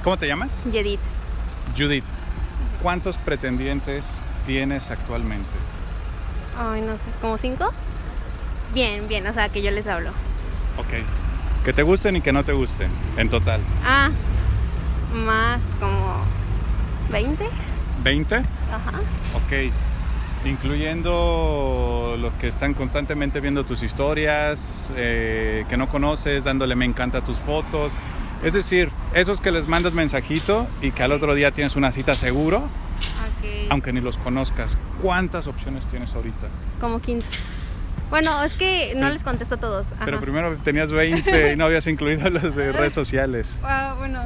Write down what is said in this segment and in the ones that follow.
¿Cómo te llamas? Yedit. Judith. ¿Cuántos pretendientes tienes actualmente? Ay, no sé, ¿como cinco? Bien, bien, o sea, que yo les hablo. Ok. Que te gusten y que no te gusten, en total. Ah, más como 20. ¿20? Ajá. Ok. Incluyendo los que están constantemente viendo tus historias, eh, que no conoces, dándole me encanta a tus fotos. Es decir, esos que les mandas mensajito y que al otro día tienes una cita seguro, Ok. aunque ni los conozcas. ¿Cuántas opciones tienes ahorita? Como 15. Bueno, es que no Pero- les contesto a todos. Ajá. Pero primero tenías 20 y no habías incluido los de redes sociales. Ah, bueno.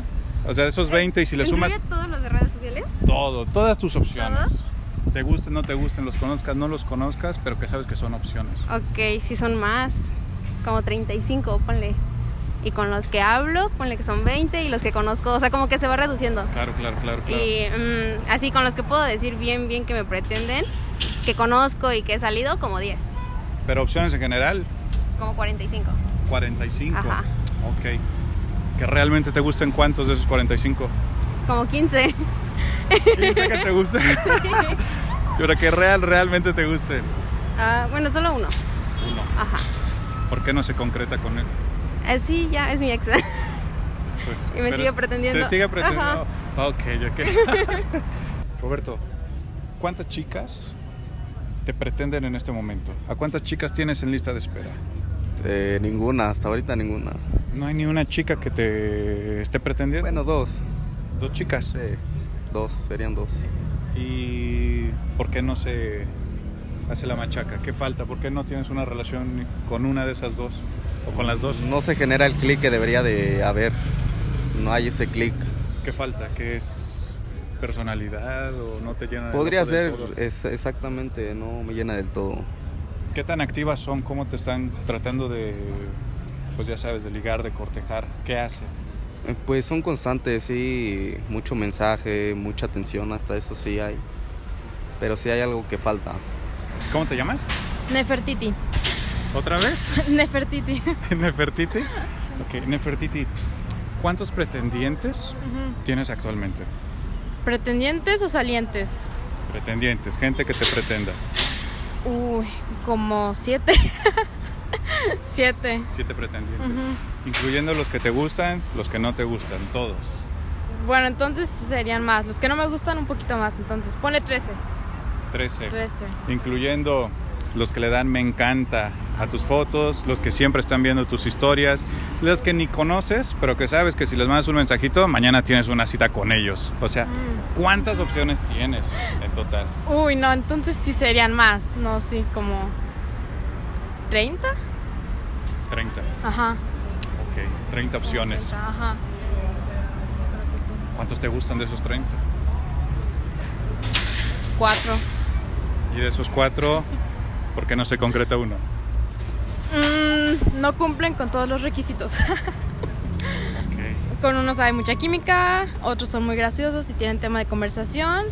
O sea, de esos 20 y si le ¿Incluye sumas todos los de redes sociales? todo, todas tus opciones. Te gusten, no te gusten, los conozcas, no los conozcas, pero que sabes que son opciones. Ok, sí son más. Como 35, ponle. Y con los que hablo, ponle que son 20 y los que conozco, o sea, como que se va reduciendo. Claro, claro, claro, claro. Y mm, así con los que puedo decir bien, bien que me pretenden, que conozco y que he salido, como 10, Pero opciones en general, como 45. 45. Ajá. Ok. ¿Que realmente te gusten cuántos de esos 45? Como 15. 15 que te gusten. pero que real, realmente te gusten. Ah, bueno, solo uno. Uno. Ajá. ¿Por qué no se concreta con él? Eh, sí, ya es mi ex. Pues, Y me pero sigue pretendiendo. Te sigue pretendiendo. Ah, Ok, ok. Roberto, ¿cuántas chicas te pretenden en este momento? ¿A cuántas chicas tienes en lista de espera? Eh, ninguna, hasta ahorita ninguna. No hay ni una chica que te esté pretendiendo. Bueno, eh, dos. dos chicas. Sí, dos, serían dos. ¿Y por qué no se hace la machaca? ¿Qué falta? ¿Por qué no tienes una relación con una de esas dos? ¿O con las dos? No se genera el clic que debería de haber. No hay ese clic. ¿Qué falta? ¿Qué es personalidad o Ah, no pues, te llena? del Podría ojo del ser, todo? es- exactamente, no me llena del todo. ¿Qué tan activas son? ¿Cómo te están tratando de, pues ya sabes, de ligar, de cortejar? ¿Qué hacen? Eh, Pues son constantes, sí, mucho mensaje, mucha atención, hasta eso sí hay. Pero sí hay algo que falta. ¿Cómo te llamas? Nefertiti. ¿Otra vez? Nefertiti. ¿Nefertiti? Ok, Nefertiti, ¿cuántos pretendientes tienes actualmente? ¿Pretendientes o salientes? Pretendientes, gente que te pretenda. Uy, como siete. siete. Siete pretendientes. Ujú. Incluyendo los que te gustan, los que no te gustan, todos. Bueno, entonces serían más. Los que no me gustan, un poquito más. Entonces, ponle 13. Trece. 13. incluyendo los que le dan me encanta a tus fotos, los que siempre están viendo tus historias, los que ni conoces, pero que sabes que si les mandas un mensajito, mañana tienes una cita con ellos. O sea, ¿cuántas opciones tienes en total? Mm. Uy, no, entonces sí serían más. No, sí, como. ¿30? 30. Ajá. Ok, 30 opciones. 30, Ajá. Creo que sí. ¿Cuántos te gustan de esos 30? Cuatro. Y de esos cuatro, ¿por qué no se concreta uno? Mm, no cumplen con todos los requisitos. Ok. Con unos hay mucha química, otros son muy graciosos y tienen tema de conversación.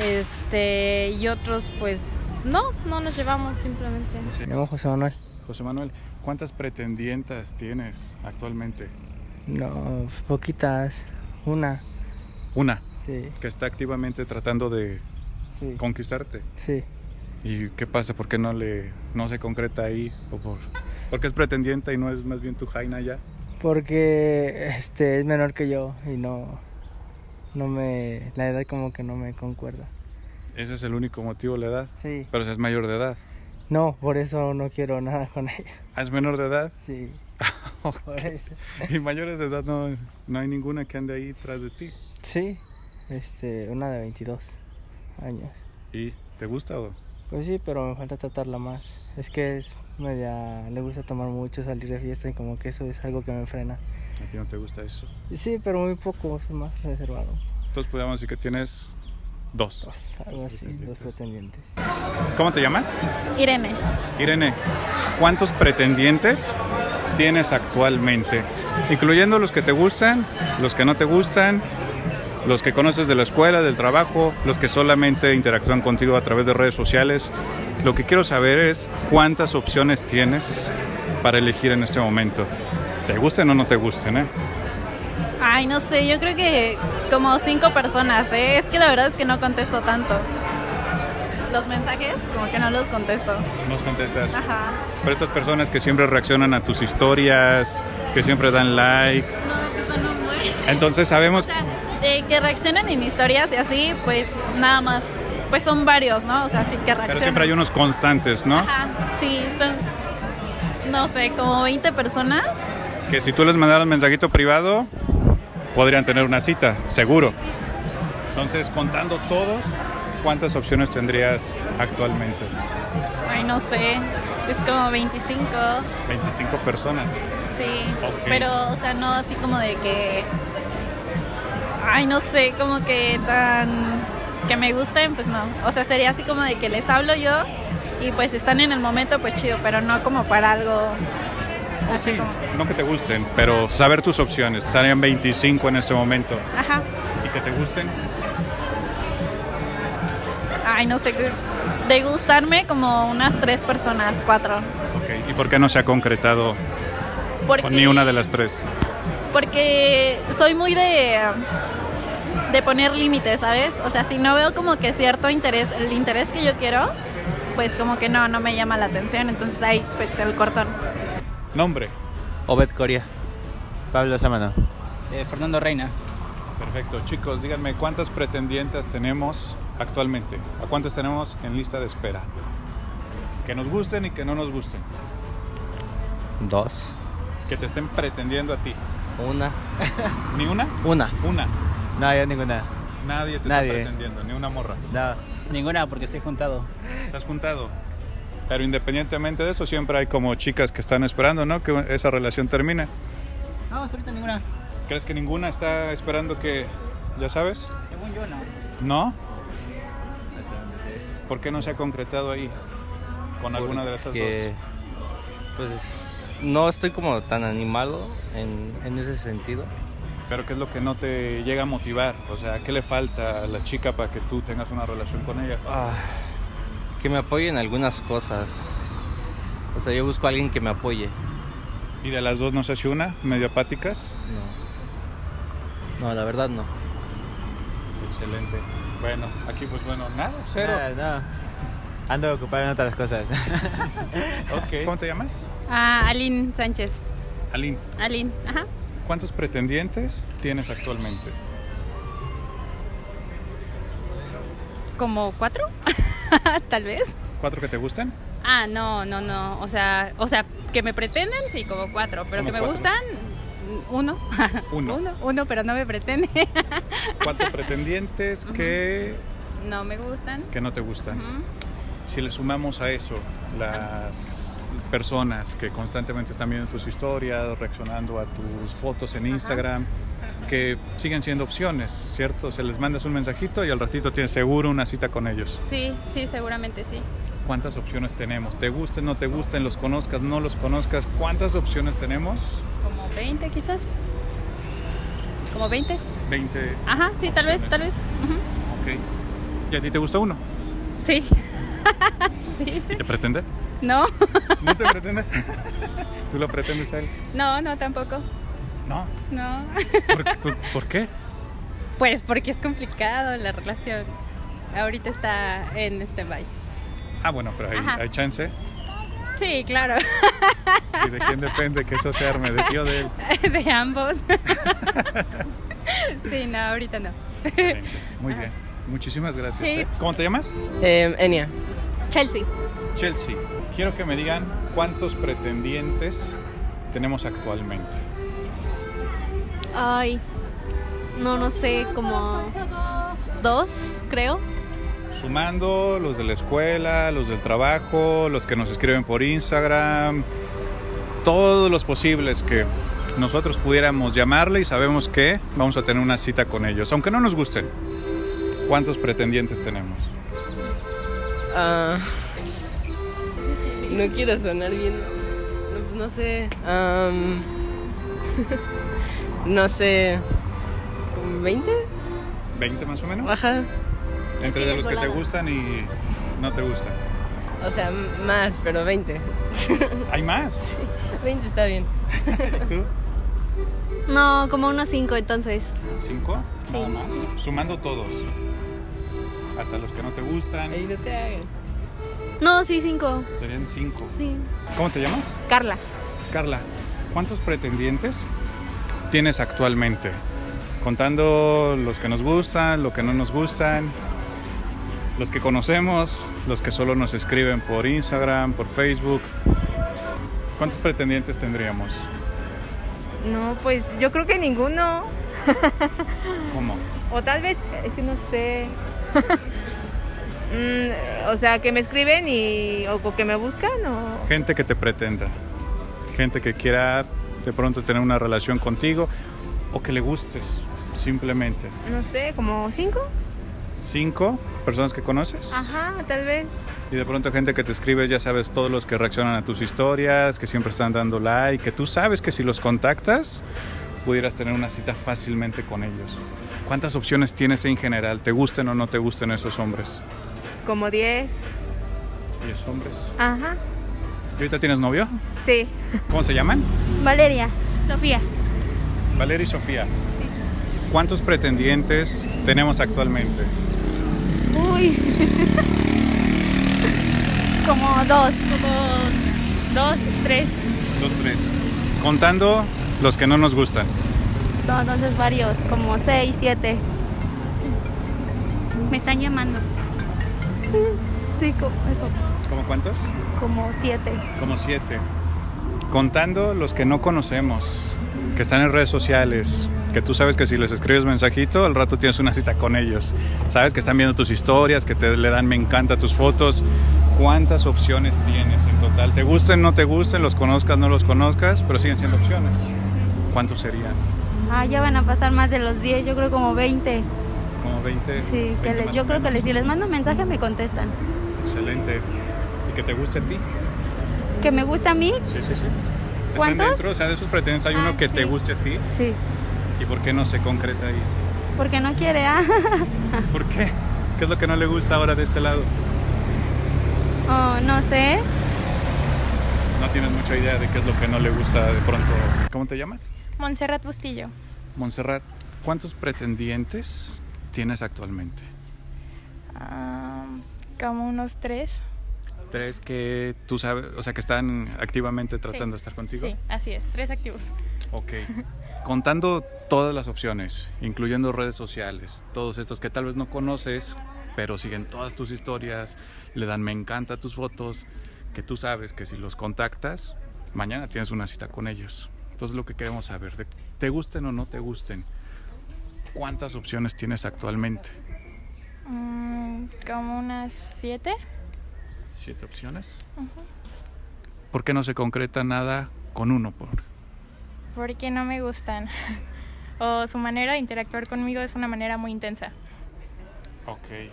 Este, y otros pues no, no nos llevamos simplemente. Sí. Me llamo José Manuel. José Manuel, ¿cuántas pretendientas tienes actualmente? No, poquitas. Una. Una, Sí, que está activamente tratando de sí. conquistarte. Sí. ¿Y qué pasa? ¿Por qué no, le, no se concreta ahí? ¿O por, porque es pretendiente y no es más bien tu Jaina ya? Porque este es menor que yo y no. No me. La edad como que no me concuerda. Ese es el único motivo, la edad. Sí. Pero si es mayor de edad. No, por eso no quiero nada con ella. ¿Ah, ¿Es menor de edad? Sí. Ok. Por eso. Y mayores de edad no, no hay ninguna que ande ahí tras de ti. Sí. Este, una de 22 años. ¿Y te gusta o? Pues sí, pero me falta tratarla más. Es que es media. Le gusta tomar mucho, salir de fiesta y como que eso es algo que me frena. ¿A ti no te gusta eso? Sí, pero muy poco, soy más reservado. Entonces podríamos decir que tienes dos. Pues, algo Dos así, dos pretendientes. ¿Cómo te llamas? Irene, Irene, ¿cuántos pretendientes tienes actualmente? Incluyendo los que te gustan, los que no te gustan, los que conoces de la escuela, del trabajo, los que solamente interactúan contigo a través de redes sociales. Lo que quiero saber es cuántas opciones tienes para elegir en este momento. Te gusten o no te gusten, ¿eh? Ah, Ay, no sé, yo creo que como cinco personas, ¿eh? Es que la verdad es que no contesto tanto. Los mensajes, como que no los contesto. Nos contestas. Ajá. Pero estas personas que siempre reaccionan a tus historias, que siempre dan like. No, pues son un buen. Entonces O sabemos sea, eh, que reaccionan en historias y así, pues nada más. Pues son varios, ¿no? O sea, sí que reaccionan. Pero siempre hay unos constantes, ¿no? Ajá, sí, son, no sé, como 20 personas. Que si tú les mandaras mensajito privado, podrían tener una cita, seguro. Entonces, contando todos, ¿cuántas opciones tendrías actualmente? Ay, no sé, pues como 25, 25 personas. sí. Ok. Pero, o sea, no así como de que, ay, no sé, como que tan, que me gusten, pues no. O sea, sería así como de que les hablo yo y pues están en el momento, pues chido, pero no como para algo. Ah, así como que- No que te gusten, pero saber tus opciones. Serían 25 en ese momento. Ajá, ¿Y que te gusten? ay, no sé, que- de gustarme como unas tres personas, cuatro. Ok. ¿Y por qué no se ha concretado Porque... con ni una de las tres? porque soy muy de de poner límites, ¿sabes? O sea, si no veo como que cierto interés, el interés que yo quiero, pues como que no, no me llama la atención, entonces ahí pues el cortón. Nombre. Obed Coria. Pablo Samano. Eh, Fernando Reina. Perfecto. Chicos, díganme, ¿cuántas pretendientes tenemos actualmente? ¿A cuántas tenemos en lista de espera? Que nos gusten y que no nos gusten. Dos. Que te estén pretendiendo a ti. Una. ¿Ni una? Una. Una. No, yo ninguna. Nadie te Nadie. está pretendiendo, ni una morra. No. Ninguna, porque estoy juntado. Estás juntado. Pero independientemente de eso, siempre hay como chicas que están esperando, ¿no? Que esa relación termine. No, hasta ahorita ninguna. ¿Crees que ninguna está esperando que, ya sabes? Según yo, no. ¿No? ¿Por qué no se ha concretado ahí con alguna de esas Porque, Pues no estoy como tan animado en, en ese sentido. dos? Pero ¿qué es lo que no te llega a motivar? O sea, ¿qué le falta a la chica para que tú tengas una relación con ella? Ah, que me apoyen en algunas cosas. O sea, yo busco a alguien que me apoye. ¿Y de las dos no se hace una? ¿Medio apáticas? No. No, la verdad no. Excelente. Bueno, aquí pues bueno, nada, cero. Nada, no. Ando ocupado en otras cosas. Ok. ¿Cómo te llamas? Ah, Aline Sánchez. Aline. Aline, ajá. ¿Cuántos pretendientes tienes actualmente? ¿Como cuatro? Tal vez. ¿Cuatro que te gusten? Ah, no, no, no. O sea, o sea, que me pretenden, sí, como cuatro. Pero Como que me cuatro. gustan, uno. Uno. uno. Uno, pero no me pretende. Cuatro pretendientes que, no me gustan. que no te gustan. Ujú. Si le sumamos a eso las personas que constantemente están viendo tus historias, reaccionando a tus fotos en Instagram, que siguen siendo opciones, ¿cierto? Se les mandas un mensajito y al ratito tienes seguro una cita con ellos. Sí, sí, seguramente sí. ¿Cuántas opciones tenemos? ¿Te gusten, no te gusten, los conozcas, no los conozcas? ¿Cuántas opciones tenemos? Como 20 quizás. Como 20. 20. Ah. Ajá, sí, tal vez, Opciones. tal vez. Ujú. Ok. ¿Y a ti te gusta uno? Sí. sí. ¿Y te pretende? No, ¿No te pretende? ¿Tú lo pretendes a él? no, no tampoco. No. No. ¿Por, por- por qué? Pues porque es complicado la relación. Ahorita está en stand-by. Ah, bueno, pero hay, Ajá. hay chance. Sí, claro, ¿Y de quién depende que eso se arme? ¿De ti o de él? de ambos. Sí, no, ahorita no. Excelente. Muy bien. Muchísimas gracias. Ah. Sí. ¿eh? ¿Cómo te llamas? Enia. Chelsea. Chelsea. Quiero que me digan cuántos pretendientes tenemos actualmente. Ay, no, no sé, como dos, creo. Sumando los de la escuela, los del trabajo, los que nos escriben por Instagram, todos los posibles que nosotros pudiéramos llamarle y sabemos que vamos a tener una cita con ellos, aunque no nos gusten. ¿Cuántos pretendientes tenemos? Ah, no quiero sonar bien. No, pues no sé. am, no sé. ¿Como 20? ¿20 más o menos? Ajá. Entre Sí, de los que te volada. gustan y no te gustan. O sea, m- más, pero 20. ¿Hay más? 20 está bien. ¿Y tú? No, como unos cinco entonces. ¿Cinco? Sí. Nada más. Sumando todos. Hasta los que no te gustan. Ahí no te hagas. No, sí, cinco. Serían cinco. Sí. ¿Cómo te llamas? Carla. Carla, ¿cuántos pretendientes tienes actualmente? Contando los que nos gustan, los que no nos gustan, los que conocemos, los que solo nos escriben por Instagram, por Facebook. ¿Cuántos pretendientes tendríamos? No, pues yo creo que ninguno. ¿Cómo? O tal vez, es que no sé. Mm, o sea, que me escriben y, o, o que me buscan o... Gente que te pretenda, gente que quiera de pronto tener una relación contigo o que le gustes, simplemente. No sé, como cinco. ¿Cinco personas que conoces? Ajá, tal vez. Y de pronto gente que te escribe, ya sabes, todos los que reaccionan a tus historias, que siempre están dando like, que tú sabes que si los contactas pudieras tener una cita fácilmente con ellos. ¿Cuántas opciones tienes en general? ¿Te gusten o no te gusten esos hombres? Como diez. Ellos hombres. Ajá. ¿Y ahorita tienes novio? Sí. ¿Cómo se llaman? Valeria. Sofía. Valeria y Sofía. ¿Cuántos pretendientes tenemos actualmente? Uy. como dos, como dos, tres. Dos, tres. Contando los que no nos gustan. No, entonces varios, como seis, siete. Me están llamando. Sí, como eso, ¿Cómo cuántos? como siete. Como siete. Contando los que no conocemos, que están en redes sociales, que tú sabes que si les escribes mensajito, al rato tienes una cita con ellos. Sabes que están viendo tus historias, que te le dan me encanta tus fotos. ¿Cuántas opciones tienes en total? ¿Te gusten, no te gusten, los conozcas, no los conozcas, pero siguen siendo opciones? ¿Cuántos serían? Ah, ya van a pasar más de los 10, yo creo como 20. Como 20. Sí, que 20 les- más yo o creo que menos. les, si les mando mensaje me contestan. Mm. Excelente. ¿Y que te guste a ti? ¿Que me gusta a mí? Sí, sí, sí. ¿Están ¿Cuántos? Ah, dentro? O sea, de esos pretendientes hay uno que te guste a ti. Sí. ¿Y por qué no se concreta ahí? Porque no quiere, ah. ¿Por qué? ¿Qué es lo que no le gusta ahora de este lado? Oh, no sé. No tienes mucha idea de qué es lo que no le gusta de pronto. ¿Cómo te llamas? Montserrat Bustillo. Montserrat, ¿cuántos pretendientes tienes actualmente? Ah, como unos tres. Tres que tú sabes, o sea, que están activamente tratando de Sí. estar contigo. Sí, así es, tres activos. Ok. Contando todas las opciones, incluyendo redes sociales, todos estos que tal vez no conoces, pero siguen todas tus historias, le dan me encanta tus fotos, que tú sabes que si los contactas, mañana tienes una cita con ellos. Entonces lo que queremos saber, de- te gusten o no te gusten, ¿cuántas opciones tienes actualmente? Mm, como unas siete. ¿Siete opciones? Ujú. ¿Por qué no se concreta nada con uno? Por? Porque no me gustan. o su manera de interactuar conmigo es una manera muy intensa. Ok.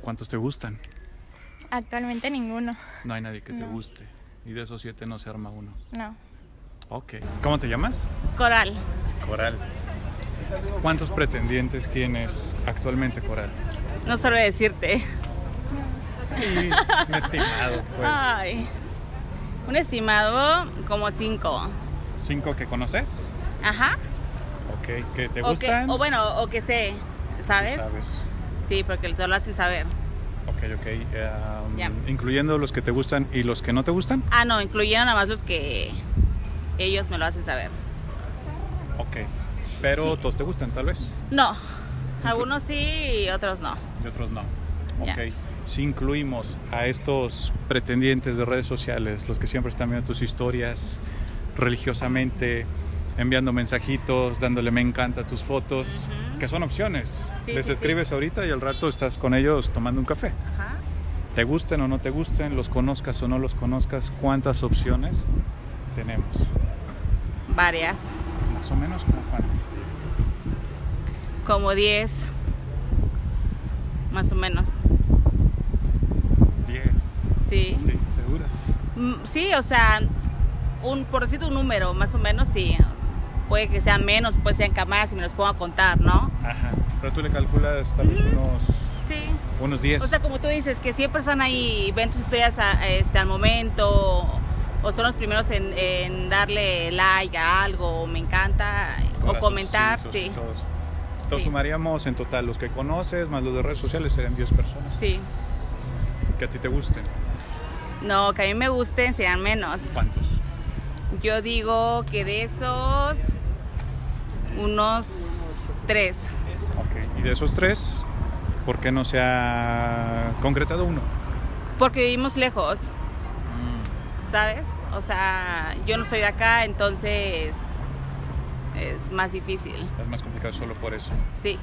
¿Cuántos te gustan? Actualmente ninguno. No hay nadie que te No. guste. Y de esos siete no se arma uno. No. Ok. ¿Cómo te llamas? Coral. Coral. ¿Cuántos pretendientes tienes actualmente, Coral? No sabré decirte. Un estimado, pues. Ay. Un estimado como cinco. ¿Cinco que conoces? Ajá. Ok. ¿Que te O que- gustan? O, bueno, o que sé, ¿sabes? Tú sabes. Sí, porque te lo hacen saber. Ok, ok. um, Ya. Incluyendo los que te gustan y los que no te gustan. Ah, no, incluyeron nada más los que ellos me lo hacen saber. Ok. Pero todos te gustan, tal vez. No. Algunos sí y otros no. y otros no. Ya. Ok. Si incluimos a estos pretendientes de redes sociales, los que siempre están viendo tus historias religiosamente, enviando mensajitos, dándole me encanta tus fotos, que son opciones. Sí, Les sí, sí. escribes ahorita y al rato estás con ellos tomando un café. Ajá. Te gusten o no te gusten, los conozcas o no los conozcas, cuántas opciones tenemos. Varias. Más o menos como cuántas. Como 10. Más o menos. Diez. Sí. Sí, segura. Mm, Sí, o sea, un, por decirte un número, más o menos, sí. Puede que sean menos, puede que sean ca- más y me los puedo contar, ¿no? Ajá. Pero tú le calculas tal vez unos, Sí. unos diez. ah, O sea, como tú dices, que siempre están ahí, ven tus historias a- a este, al momento, o son los primeros en, en darle like a algo, o me encanta, o comentar, Corazoncitos y sí. todo esto. Entonces sumaríamos en total los que conoces más los de redes sociales serían 10 personas Sí. que a ti te gusten. No, que a mí me gusten sean menos. ¿Cuántos? Yo digo que de esos, unos tres. Y de esos tres, ¿por qué no se ha concretado uno? Porque vivimos lejos, ¿sabes? O sea, yo no soy de acá, entonces es más difícil. Es más complicado solo por eso. Sí.